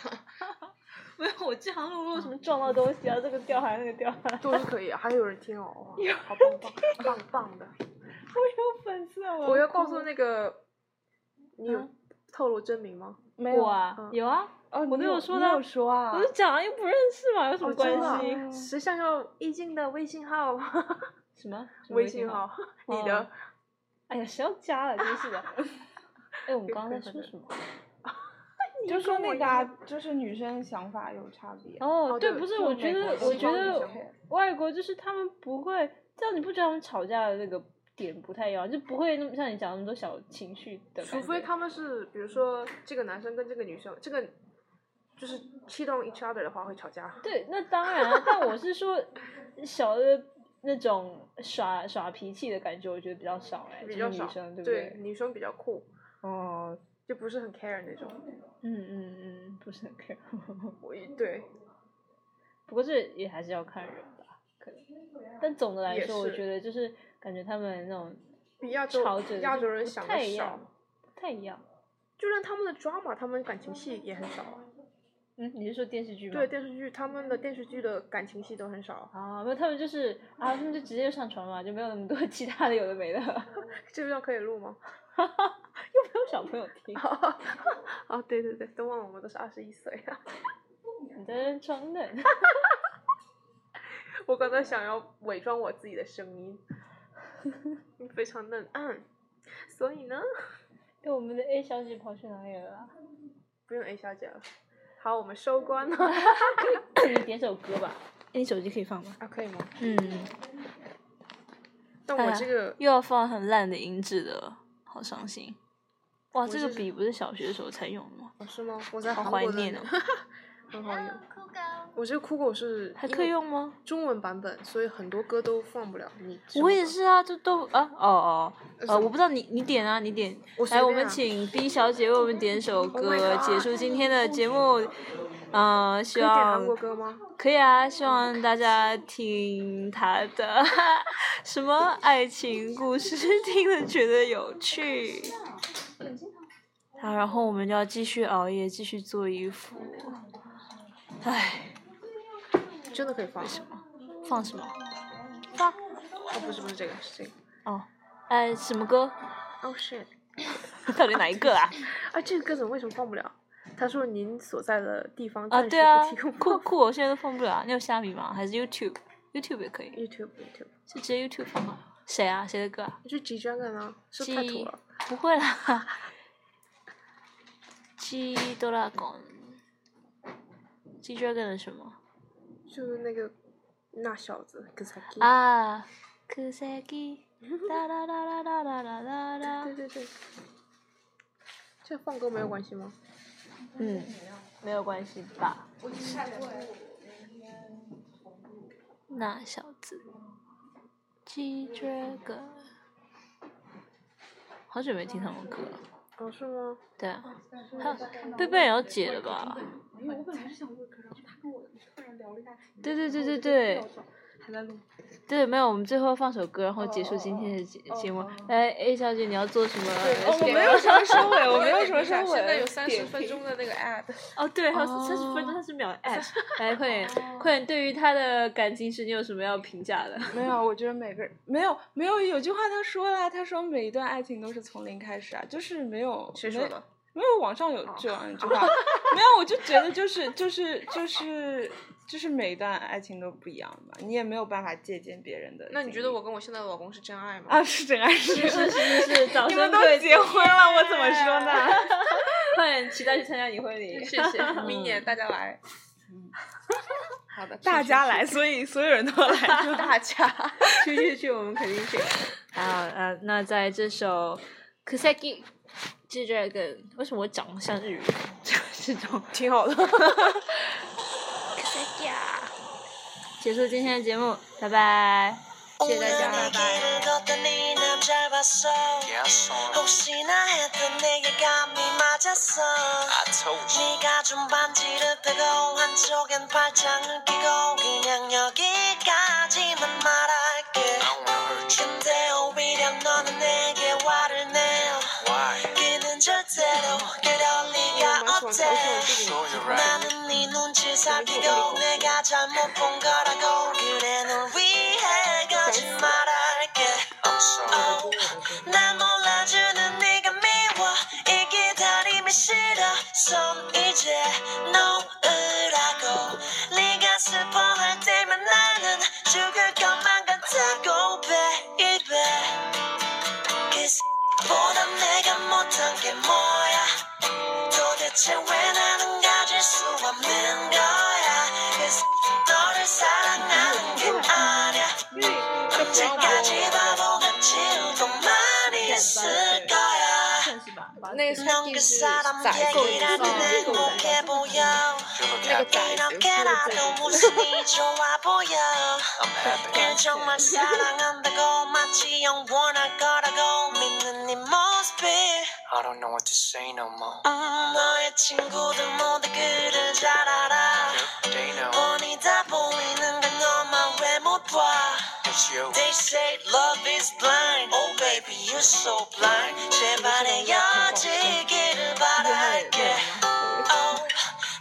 没有，我这行录录什么撞到东西啊？这个掉下来，那个掉下 来。
都是可以，还有人听哦，哇，好棒棒，棒棒的。
我有粉丝啊！
我要告诉那个，你有
啊
透露真名吗？
没
我
有。
啊
嗯，
有啊，
哦，
我都
你
有
有
说
你
的啊
有说啊
我。就讲啊，又不认识嘛，有什么
哦真的
关系？
嗯
谁想要易静的微信号？
什么什么
微信号？， 你的。
哦哎呀，谁要加了？真是 的。哎，我们刚刚在说什么？
就说
跟我
那
一
个啊
样，
就是女生想法有差别。
哦，
哦
对，
对
不是，
就
我
美
觉
国
得，
西
我觉
方女
得
生
外国就是他们不会，这样你不觉得他们吵架的那个点不太一样，就不会那么像你讲的那么多小情绪的感觉。
除非他们是，比如说这个男生跟这个女生，这个就是 cheat on each other 的话会吵架。
对，那当然啊，但我是说小的那种耍耍脾气的感觉，我觉得比较少哎，
比
就
较
是
少
女生对不
对，女生比较酷。
哦，
就不是很 care 那种。
嗯嗯嗯，不是很 care。
我一对，
不过这也还是要看人吧，可能。但总的来
也
说，我
是
觉得就是感觉他们那种
比亚洲
朝着
亚
就
洲
不
人想
太
的
一
少
样，不太一样。
就算他们的 drama，他们感情戏也很少啊。
嗯，你是说电视剧吗？
对电视剧，他们的电视剧的感情戏都很少，
啊，没有，他们就是啊，他们就直接就上床嘛，就没有那么多 其他的有的没的，又
这个地方可以录吗？
没有小朋友听，
啊，对对对，都忘了我们都是二十一岁啊。
你在这装嫩。
我刚才想要伪装我自己的声音，非常嫩。啊所以呢，
哎，我们的 A 小姐跑去哪里了啊？
不用 A 小姐了。好，我们收官了
你点首歌吧。哎，你手机可以放吗？
啊，可以吗？
嗯，
但
哎
我
呀
这个
又要放很烂的音质的了，好伤心。哇，
我
这个
是
笔不是小学的时候才用的吗？
哦是吗？我在
啊好
韩
怀
国的
念
那
哦
很好用。我这个酷狗是
还
因
可以
为
用吗？
中文版本，所以很多歌都放不了。你知道
我也
吗
是啊，这都啊，哦哦，
呃
呃，
什
我
么
不知道你你点啊，你点。
我随
来，我
便
们
啊
请 B 小姐为我们点首
my
歌，结
god
束今天的节目。嗯、
啊可
希
以点韩
望
国歌吗？
可以啊，希望大家听她的 什么爱情故事，听了觉得有趣。好，然后我们就要继续熬夜，继续做衣服。唉，
真的可以放？
放什么？
哦，不是不是这个，是这个。
哦，哎，什么歌？
哦、shit！
到底哪一个啊？
啊，这个歌怎么为什么放不了？他说您所在的地方
啊，
暂时
对啊
不提供，
酷
播放
酷，我现在都放不了啊。你有虾米吗？还是 YouTube？YouTube 也可以，
YouTube YouTube，
就直接 YouTube 放吧。谁啊？谁的歌啊？
就 G Dragon 啊，是太土
G
了。
不会啦。G Dragon，G Dragon 的什么
就是那个那小子跟他
啊？可塞基，哒啦啦啦啦啦啦啦啦
对。对对，这放歌没有关系吗？
嗯，没有关系吧？那小子，G Dragon，好久没听他们歌了。
哦，是吗？
对啊，他贝贝也要解了吧？对对对对对
还在录。
对，没有，我们最后放首歌，然后结束今天的节节目。来，A 小姐，你要做什么？
哦我没有什么收尾，我没有什么 收尾。
现在有三十
点
分
评
钟的那个 ad，
哦，对，还有三十分钟三十秒哎 at，来快点快点，对于他的感情史，你有什么要评价的？
没有，我觉得每个人没有没有有句话他说了，他说每一段爱情都是从零开始啊，就是没有
谁
没
说的？哦
没有网上有这样一句话，没有，我就觉得就是就是就是就是每一段爱情都不一样吧，你也没有办法借鉴别人的经历。
那你觉得我跟我现在的老公是真爱吗？
啊是真爱是真爱
是是是， 掌
你们
声
都
对，
结婚了，我怎么说呢？
快点期待去参加你婚礼。
谢 谢，明年大家来。好的，
大
去
家来，，所以所有人都 来。
去去大家。
去去去，我们肯定 去。啊呃，那在这首《k u s a k i G Dragon》，为什么我长得像日语？ 这种 挺好的。啊结束今天的节目，拜拜。
오늘이 네 길을 걷더니 남잘 봤어 Oh. 혹시나 했던 내게 감이 맞았어 네가 준 반지를 빼고 한쪽엔 팔짱을 끼고 그냥 여기까지만 말할게 근데 오히려 너는 내게 화를 내 그는 절대로 그럴 리가 없대 나는 네 눈치 살피고 내가 잘못 본 거라고 그래 널 위해 거짓말할게 oh, oh. 날 몰라주는 네가 미워 이 기다림이 싫어 손 이제 놓으라고 네가 슬퍼할 때면 나는 죽을 것만 같다고 baby 그 보다 내가 못한 게 뭐야 도대체 왜 나는 가질 수 없는 거야 그래서 너를 사랑하는 게 아냐 언제까지 바보같이 울고만 있을 거야
是吧？
那个
넌 그 사람
够的
얘기라도
那个
행복해 보여
仔
이렇게라도 무심히 좋아 보여 날 정말 사랑한다고 마치 영원할 거라고 믿는 네 모습이
I don't know what to say no more.
음, 너의 친구들 모두 그를 잘 알아
They know
뻔히 다 보이는 건 너만 왜 못 봐?
it's you.
They say love is blind. Oh baby, you're so blind. 제발 헤어지기를 바랄게. Oh,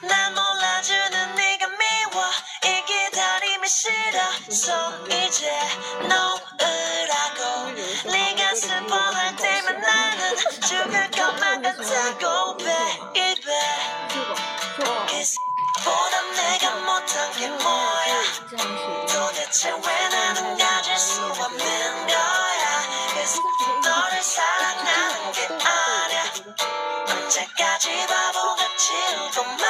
날 몰라주는 네가 미워. 이 기다림이 싫어. So 이제 놓으라고. 네가 슬퍼할 때면 나는 죽을 것만 같다고, baby. Kiss 보다 내가 못한 게 뭐야? 도대체 왜 나는 가질 수 없는 거야? Cause 너를 사랑하는 게 아니야. 언제까지 바보같이 울고만